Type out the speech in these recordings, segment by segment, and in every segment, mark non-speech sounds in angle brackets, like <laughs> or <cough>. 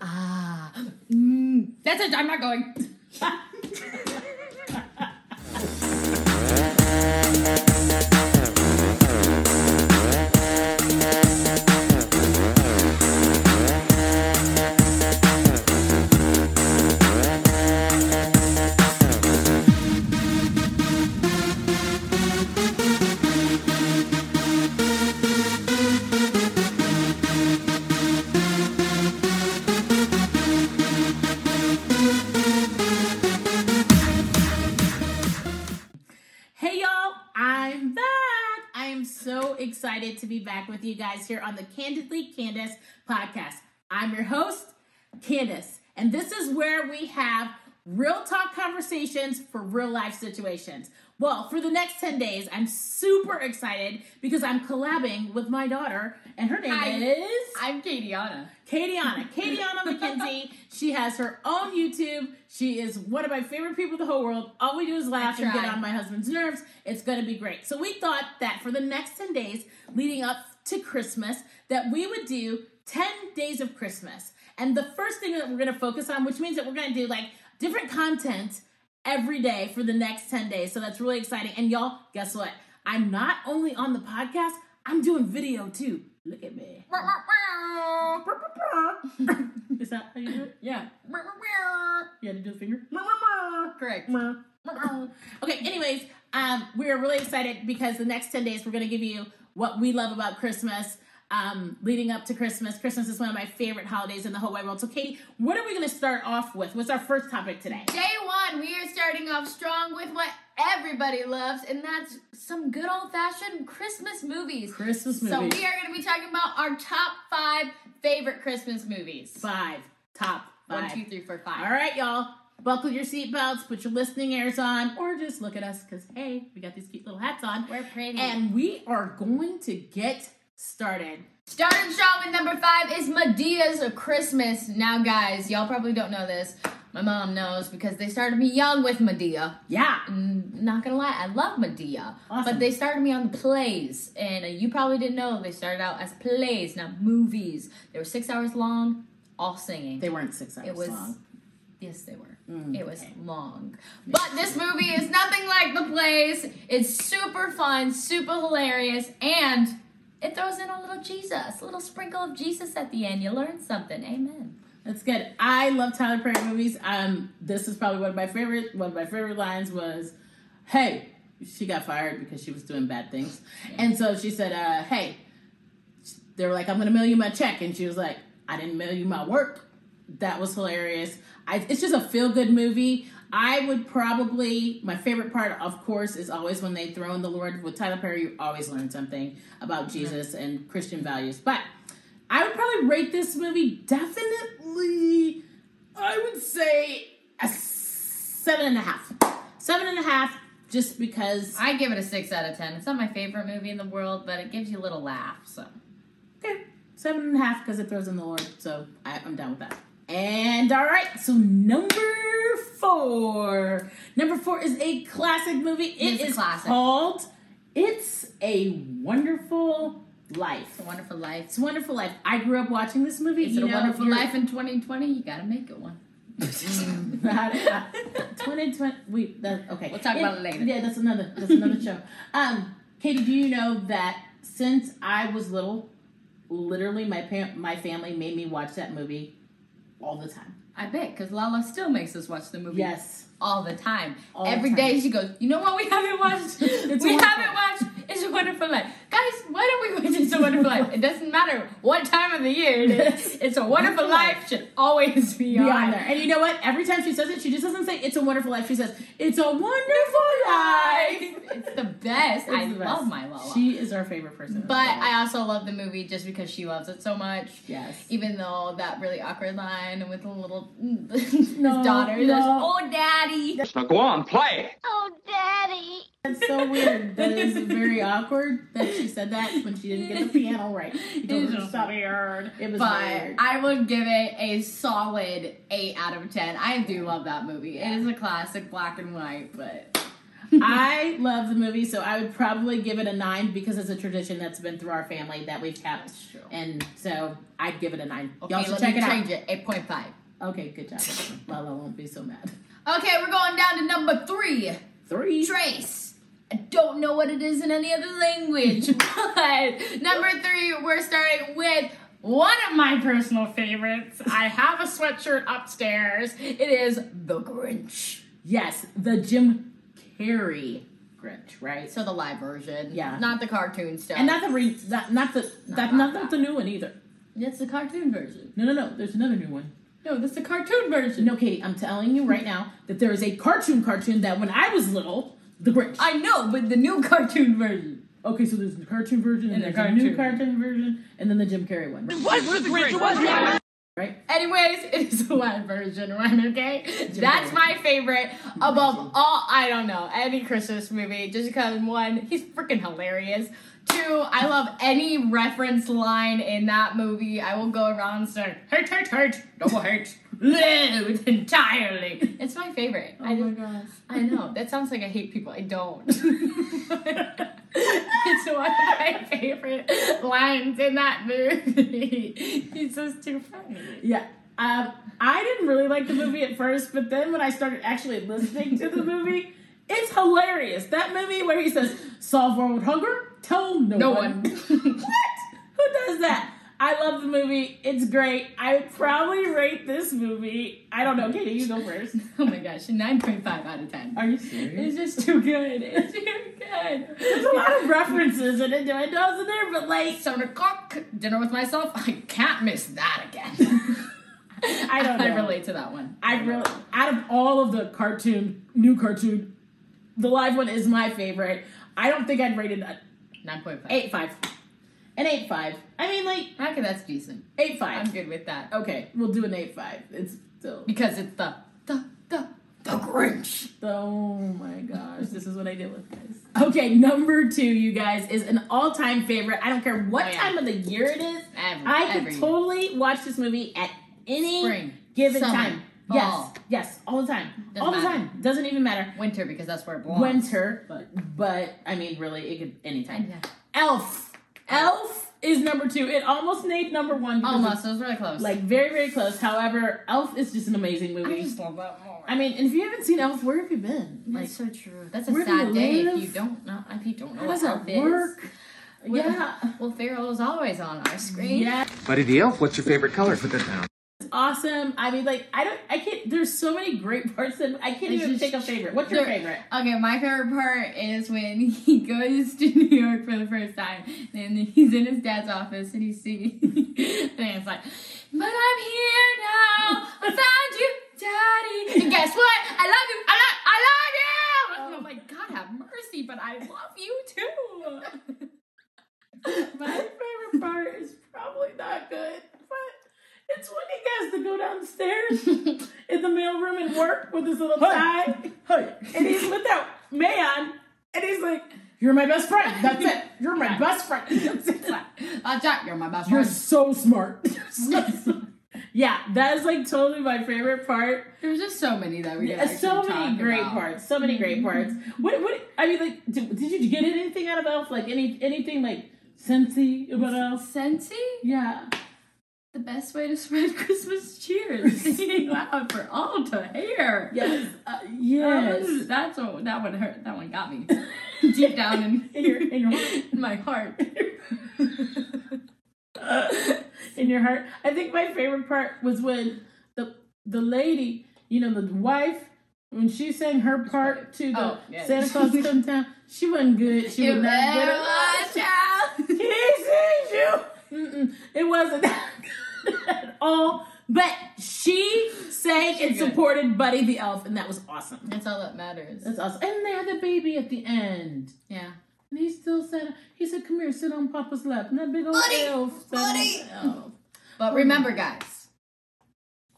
Ah. Mm. That's it. I'm not going. Hey y'all, I'm back. I am so excited to be back with you guys here on the Candidly Candace podcast. I'm your host, Candace, and this is where we have real talk conversations for real life situations. Well, for the next 10 days, I'm super excited because I'm collabing with my daughter, and her name I- is I'm Katiana. Katiana. Katiana McKenzie. She has her own YouTube. She is one of my favorite people in the whole world. All we do is laugh I and get try. on my husband's nerves. It's going to be great. So we thought that for the next 10 days leading up to Christmas that we would do 10 days of Christmas. And the first thing that we're going to focus on, which means that we're going to do like different content every day for the next 10 days. So that's really exciting. And y'all, guess what? I'm not only on the podcast, I'm doing video too. Look at me. Is that how you do it? <laughs> Yeah. You had to do a finger. Correct. Okay, anyways, um, we're really excited because the next 10 days we're going to give you what we love about Christmas. Um, leading up to Christmas, Christmas is one of my favorite holidays in the whole wide world. So, Katie, what are we going to start off with? What's our first topic today? Day one, we are starting off strong with what everybody loves, and that's some good old fashioned Christmas movies. Christmas So movies. we are going to be talking about our top five favorite Christmas movies. Five. Top One, five. two, three, four, five. All right, y'all. Buckle your seatbelts, put your listening ears on, or just look at us because, hey, we got these cute little hats on. We're pretty. And we are going to get started. Starting strong with number five is Medea's Christmas. Now, guys, y'all probably don't know this. My mom knows because they started me young with Medea. Yeah. Mm, Not gonna lie, I love Medea. Awesome. But they started me on the plays, and uh, you probably didn't know they started out as plays, not movies. They were six hours long, all singing. They weren't six hours it was. long. Mm, Yes, they were. it was long. But this movie is nothing like the plays. It's super fun, super hilarious, and it throws in a little Jesus, a little sprinkle of Jesus at the end. You learn something. Amen. That's good. I love Tyler Perry movies. Um, this is probably one of my favorite. One of my favorite lines was, "Hey, she got fired because she was doing bad things," and so she said, uh, "Hey," they were like, "I'm gonna mail you my check," and she was like, "I didn't mail you my work." That was hilarious. I, it's just a feel good movie. I would probably my favorite part, of course, is always when they throw in the Lord with Tyler Perry. You always learn something about Jesus and Christian values, but. I would probably rate this movie definitely, I would say a seven and a half. Seven and a half, just because. I give it a six out of ten. It's not my favorite movie in the world, but it gives you a little laugh. So Okay, seven and a half because it throws in the Lord. So I, I'm down with that. And all right, so number four. Number four is a classic movie. It It's a is classic. called "It's a Wonderful Life." it's a wonderful life. It's a wonderful life. I grew up watching this movie. Is you it a know, if wonderful you're- life in 2020? You gotta make <laughs> it one. Twenty twenty. We that okay. We'll talk about it later. Yeah, that's another. That's another <laughs> show. Um, Katie, do you know that since I was little, literally my pa- my family made me watch that movie all the time. I bet, because Lala still makes us watch the movie Yes. all the time. All the Every time. day she goes, you know what we haven't watched? <laughs> It's we a Wonderful haven't watched It's a Wonderful Life. Guys, why don't we watch It's a Wonderful Life? It doesn't matter what time of the year it is. <laughs> It's a Wonderful Wonderful Life should always be Beyond on. there. And you know what? Every time she says it, she just doesn't say "It's a Wonderful Life." She says "It's a Wonderful Life." It's the best. <laughs> I It's the love best. my Lala. She is our favorite person. in the but world. I also love the movie just because she loves it so much. yes. Even though that really awkward line with the little <laughs> his No, daughter, no. there's, oh daddy. So go on, play. Oh, Daddy. That's so weird. That is very awkward that she said that when she didn't get the piano right. It is was so weird. It was But weird. I would give it a solid 8 out of 10. I do love that movie. It is a classic black and white, <laughs> but I love the movie, so I would probably give it a nine because it's a tradition that's been through our family that we've kept. That's true. And so I'd give it a nine. okay, Y'all should let check me it out. change it. 8.5. Okay, good <laughs> job. Lala won't be so mad. Okay, we're going down to number three. Three. Trace. I don't know what it is in any other language, <laughs> but number three, we're starting with One of my personal favorites. I have a sweatshirt upstairs. it is the Grinch. Yes, the Jim Carrey Grinch, right? So the live version, Yeah. not the cartoon stuff. And not the re- not, not the that, not not, not the new one either. it's the cartoon version. No, no, no. There's another new one. No, that's the cartoon version. No, Katie, I'm telling you right <laughs> now that there is a cartoon cartoon that when I was little, the Grinch. I know, but the new <laughs> cartoon version. okay, so there's the cartoon version and, And the there's a new cartoon. cartoon version and then the Jim Carrey one. Right? Anyways, it is the live version one. Okay, that's Carrey. my favorite above all. I don't know any Christmas movie just because one, he's freaking hilarious. Two, I love any reference line in that movie. I will go around and start hurt, hurt, hurt, double hurt, loud entirely. It's my favorite. I just- Oh gosh. I know. That sounds like I hate people. I don't. it's one of my favorite lines in that movie. <laughs> He's just too funny. Yeah. Um, I didn't really like the movie at first, but then when I started actually listening <laughs> to the movie, it's hilarious. That movie where he says, "Solve world hunger, tell no, No one." <laughs> one. <laughs> what? Who does that? I love the movie. It's great. I would probably rate this movie. I don't know, Katie. You go first. Oh my gosh, 9.5 out of 10. <laughs> Are you serious? It's just too good. It's too There's a lot of references and innuendos in there, but like, good. Seven o'clock, dinner with myself. I can't miss that again. <laughs> I don't know. <laughs> I relate to that one. I really, out of all of the cartoon, new cartoon, the live one is my favorite. I don't think I'd rate it a 9.5. Eight five. An eight five. I mean like Okay, that's decent. eight I'm five. good with that. Okay, we'll do an eight five. It's still Because it's the, the, the, the Grinch. Oh my gosh, this is what I deal with guys. Okay, number two, you guys, is an all time favorite. I don't care what Oh, yeah. time of the year it is. Every, I could every year. totally watch this movie at any Spring, given summer, time. fall. Yes, yes, all the time. Doesn't all the matter. time. Doesn't even matter. Winter because that's where it belongs. Winter, but, but I mean, really, it could anytime. Yeah. Elf. Elf is number two. It almost made number one. because of Almost. It was really close. like very very close however elf is just an amazing I movie just love that more. i mean and if you haven't seen elf where have you been like so true. That's a where do sad you day live? if you don't know if you don't know how what does help that is. work Where- yeah Well, Pharaoh is always on our screen. yeah Buddy the Elf, what's your favorite color for the town? it's awesome i mean like i don't i can't there's so many great parts that i can't It's even just- pick a favorite what's your There- favorite Okay, my favorite part is when <laughs> he goes to New York for the first time, and he's in his dad's office and he's singing, <laughs> and it's like, "But I'm here now. I found you, Daddy. And guess what? I love you. I love. I love you." And I'm like, "God have mercy," but I love you too. <laughs> my favorite part is probably not good but it's when he has to go downstairs <laughs> in the mailroom and work with his little tie and he's without mayon and he's like you're my best friend <laughs> that's it you're my best friend <laughs> That's it. Uh, Jack, you're my best You're friend. so smart. You're so smart. <laughs> yeah, that is like totally my favorite part. <laughs> There's just so many that we Yeah, didn't so actually many talk great about. parts. So many great parts. What? What? I mean, like, did, did you get anything out of Elf? Like any anything like sensey about Elf? Sensi? Yeah. The best way to spread <laughs> Christmas cheer <laughs> is singing loud for all to hear. Yes. Uh, Um, yes. that's what that one hurt. That one got me <laughs> deep down in, In your in your in my <laughs> heart. <laughs> in your heart. I think my favorite part was when the the lady, you know, the wife, when she sang her part to the Oh, yeah. Santa <laughs> Claus come town, she wasn't good. She was not You good. better at all. watch out. He sees you. Mm-mm, it wasn't <laughs> at all. But she sang and good. supported Buddy the Elf, and that was awesome. That's all that matters. That's awesome. And they had the baby at the end. Yeah. And he still said, he said, come here, sit on Papa's lap. And that big old Buddy, elf. sat on buddy. the elf. But remember, guys,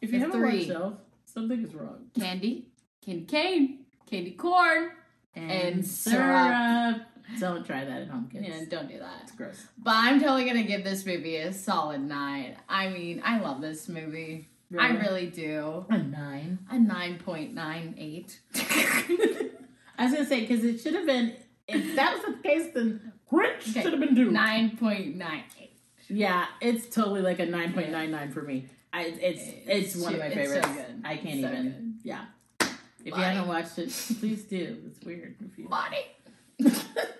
If you It's haven't three. watched Elf, something is wrong. candy, candy cane, candy corn, And syrup. Don't try that at home, kids. Yeah, don't do that. It's gross. But I'm totally gonna give this movie a solid nine. I mean, I love this movie. I Really? really do. A nine. A nine point nine <laughs> eight. I was going to say, because it should have been, if that was the case, then Grinch Okay. should have been due. Nine point nine eight. Yeah, it's totally like a 9.99 for me. I, it's it's one of my It's favorites. so good. I can't So even. good. Yeah. If Bonnie. you haven't watched it, please do. It's <laughs> weird. If you... body. <laughs> and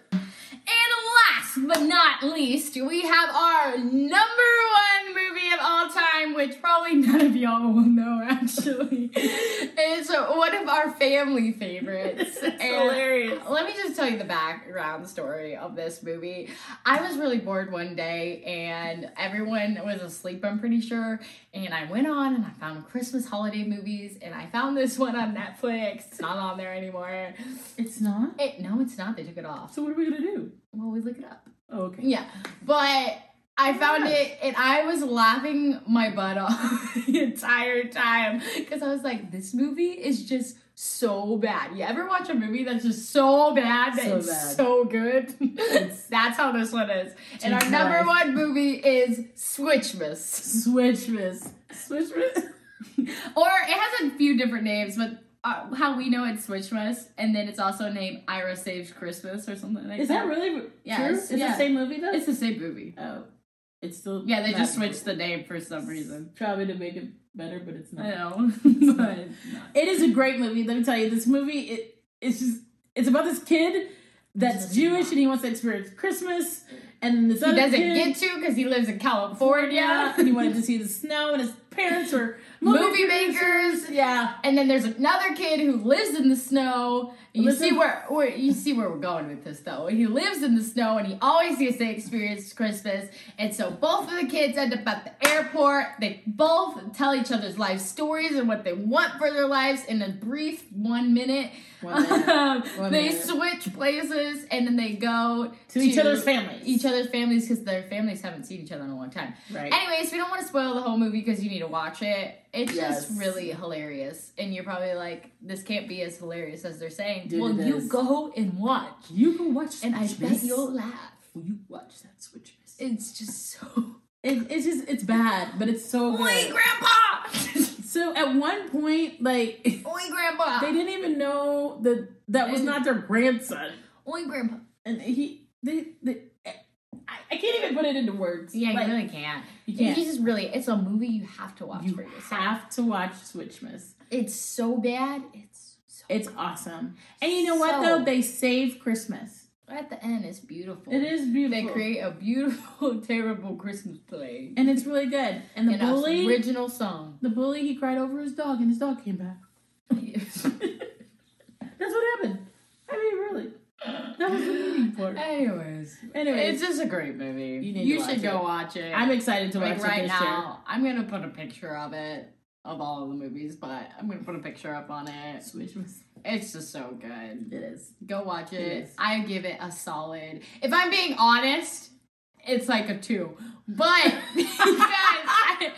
last but not least, we have our number one movie of all time, which probably none of y'all will know <laughs> actually. it's one of our family favorites. And hilarious. Let me just tell you the background story of this movie. I was really bored one day and everyone was asleep, I'm pretty sure. And I went on and I found Christmas holiday movies and I found this one on Netflix. It's not on there anymore. It's not. It, no, it's not. They took it off. So what are we gonna do? Well, we look it up. Oh, okay. Yeah, but I found it and I was laughing my butt off <laughs> the entire time because I was like, this movie is just so bad. You ever watch a movie that's just so bad that So it's bad. so good? <laughs> that's how this one is. And our Jesus. number one movie is Switchmas, Switchmas. Switchmas. or it has a few different names, but. Uh, how we know it's Switchmas, and then it's also named Ira Saves Christmas or something like Is that really Yeah, true? it's- It's the yeah. same movie though. It's the same movie. oh, it's still. Yeah, they just not- switched the name for some reason. Probably to make it better, but it's not. I <laughs> know. but It is a great movie. Let me tell you, this movie it it's just it's about this kid that's Jewish and he wants to experience Christmas, and this he other doesn't kid, get to because he lives in California. <laughs> yeah, and he <laughs> wanted to see the snow, and his parents were Movie, <laughs> movie. <laughs> makers. yeah, And then there's another kid who lives in the snow. And you Lives see in- where, where you see where we're going with this though. He lives in the snow and he always gets to experience Christmas. And so both of the kids end up at the airport. They both tell each other's life stories and what they want for their lives in a brief one minute. One minute. One <laughs> they minute. switch places and then they go to each other's families. each other's families because their families haven't seen each other in a long time. Right. Anyways, we don't want to spoil the whole movie because you need to watch it. It's Yes. just really hilarious, and you're probably like, "This can't be as hilarious as they're saying." Dude, well, it you is. go and watch, you can watch and I bet Switchmas. you'll laugh. Will you watch that Switchmas. It's just so. <laughs> It, it's just it's bad, but it's so good. Oi, grandpa! So at one point, like <laughs> they <laughs> Oi, grandpa! didn't even know that that was not their grandson, Oi, grandpa! and he they. they I, I can't even put it into words. Yeah, Like, you really can't. you You can't. just really, it's a movie you have to watch You for yourself. have to watch Switchmas. It's so bad. It's so. It's awesome. And you know what So- though? They save Christmas. At the end, it's beautiful. It is They beautiful. create a beautiful, <laughs> terrible Christmas play. and it's really good. And the in a bully original song. <laughs> the bully he cried over his dog and his dog came back. That's what happened. I mean really. That was the meaning <laughs> for it. Anyways, Anyway, it's just a great movie. You need to should watch go it. watch it. I'm excited to watch like it right this year. now. I'm gonna put a picture of it of all of the movies, but I'm gonna put a picture up on it. Switchmas. It's just so good. It is. Go watch it. It is. I give it a solid. If I'm being honest, it's like a two. But <laughs> because I,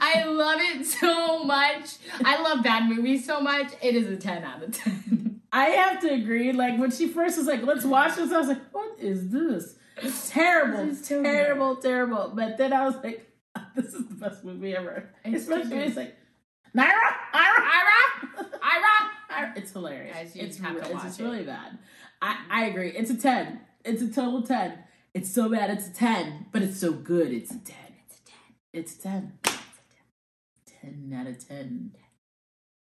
I love it so much. I love bad movies so much. It is a 10 out of 10. I have to agree. Like when she first was like, "Let's watch this," I was like, "What is this? It's terrible, This is terrible. terrible, terrible." But then I was like, <laughs> "This is the best movie ever." It's Especially good. when it's like, "Naira, Ira, Ira! Ira! Ira." It's hilarious. Guys, you it's have to re- it's watch just it. really bad. I I agree. It's a ten. It's a total ten. It's so bad. It's a ten, but it's so good. It's a ten. It's a ten. It's a ten. Ten out of ten. <laughs>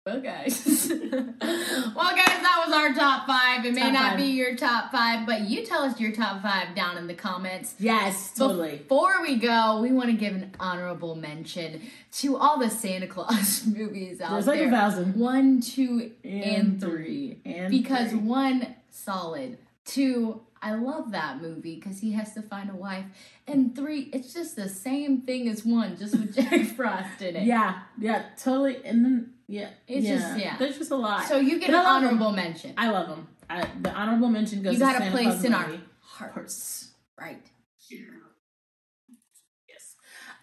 Well, guys. <laughs> well, guys, that was our top five. It may Top not five. be your top five, but you tell us your top five down in the comments. Yes, totally. Before we go, we want to give an honorable mention to all the Santa Claus <laughs> movies out There's there. like a thousand. One, two, and, And three. three. And because three. one, solid. Two, I love that movie because he has to find a wife. And three, it's just the same thing as one, just with <laughs> Jack Frost in it. Yeah, yeah, totally. And then yeah, It's just- yeah. There's just a lot. So you get But an I love 'em. honorable mention. I love them. I, the honorable mention goes. You to got a Santa place Claus in our movie. hearts. Right. Yes.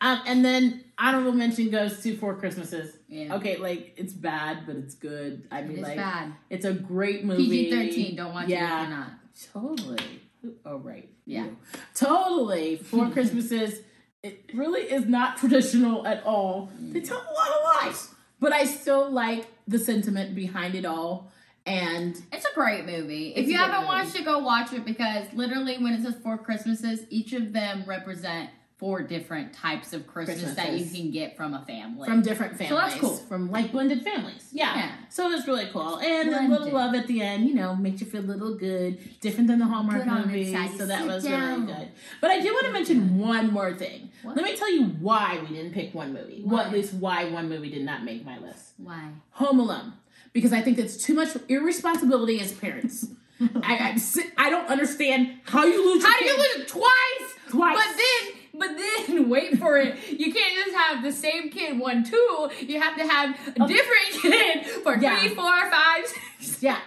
Um, and then honorable mention goes to Four Christmases. Yeah. Okay, like it's bad, but it's good. I mean, It is like bad. it's a great movie. PG 13, don't watch it if you're Yeah, not. totally. Oh right, Yeah. You. totally. <laughs> Four Christmases. It really is not traditional at all. They tell a lot of lies, but I still like the sentiment behind it all. And It's a great movie. if It's you a great haven't movie. watched it, go watch it because literally when it says four Christmases, each of them represent four different types of Christmas, that you Christmases. can get from a family. from different families. So that's cool. From like blended families. Yeah. Yeah. So it's really cool. And a Blended. little love at the end, you know, makes you feel a little good, different than the Hallmark Good on movies. inside, So that sit was down. really good. But I do want to mention one more thing. What? Let me tell you why we didn't pick one movie. Well, at Why? least why one movie did not make my list. Why? Home Alone because I think that's too much irresponsibility as <laughs> parents. I, I'm si- I don't understand how you lose. Your How do you kid lose it twice? twice? But then, but then, <laughs> wait for it. You can't just have the same kid one, two. You have to have a different <laughs> kid for Yeah. three, four, five, six. yeah,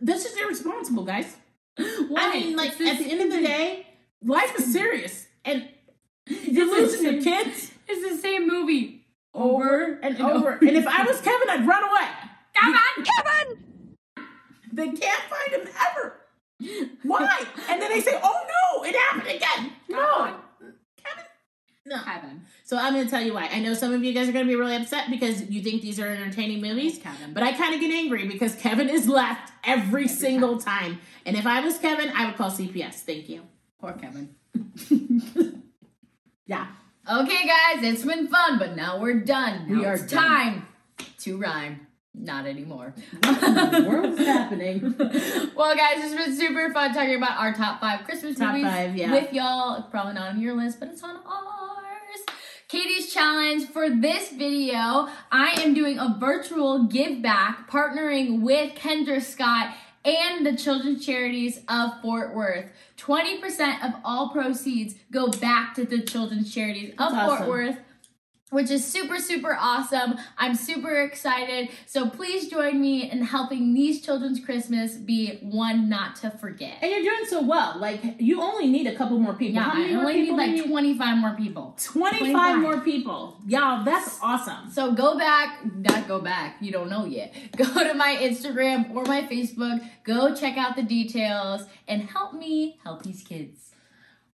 that's just irresponsible, guys. Why? I mean, like It's at the end of the day, life is serious, and <laughs> you're losing your kids It's the same movie. over and over. <laughs> And if I was Kevin, I'd run away. Come on, Kevin! They can't find him ever. Why? And then they say, "Oh no, it happened again." No, Kevin. No. Kevin. So I'm going to tell you why. I know some of you guys are going to be really upset because you think these are entertaining movies, Kevin. but I kind of get angry because Kevin is left every single time. And if I was Kevin, I would call CPS. Thank you. Poor Kevin. Yeah. <laughs> Okay, guys, it's been fun, but now we're done. Now We are it's done. time to rhyme. Not anymore. world's happening? <laughs> Well, guys, it's been super fun talking about our top five Christmas Top movies five, yeah. with y'all. It's Probably not on your list, but it's on ours. Katie's challenge for this video, I am doing a virtual give back partnering with Kendra Scott and the Children's Charities of Fort Worth. 20% of all proceeds go back to the Children's Charities of That's Fort awesome. Worth which is super, super awesome. I'm super excited. So please join me in helping these children's Christmas be one not to forget. And you're doing so well. Like, you only need a couple more people. Yeah, How many I more only need people do like you 25 more people. 25, 25. more people. Y'all, that's awesome. So go back, not go back, you don't know yet. <laughs> Go to my Instagram or my Facebook, go check out the details and help me help these kids.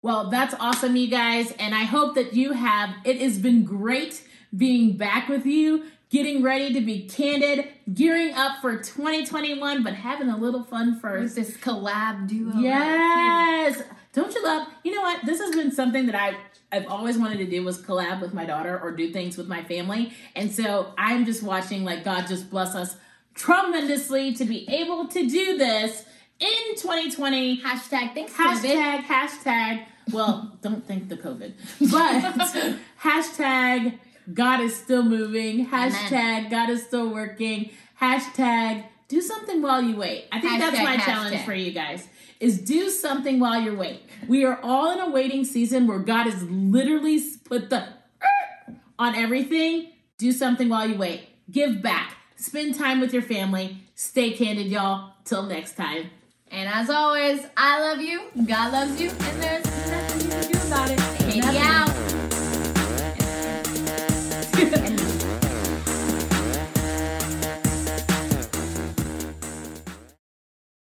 Well, that's awesome, you guys. And I hope that you have, it has been great being back with you, getting ready to be candid, gearing up for 2021, but having a little fun With first. this collab duo. Yes. Don't you love, you know what? This has been something that I, I've always wanted to do was collab with my daughter or do things with my family. And so I'm just watching, like, God just bless us tremendously to be able to do this in 2020. Hashtag thanks, COVID. Hashtag, hashtag, well, don't thank the COVID, but <laughs> hashtag God is still moving. Hashtag God is still working. Hashtag do something while you wait. I think that's Hashtag, my challenge hashtag. for you guys is do something while you're waiting. We are all in a waiting season where God has literally s- put the "er" on everything. Do something while you wait. Give back. Spend time with your family. Stay candid, y'all. Till next time. And as always, I love you, God loves you, and there's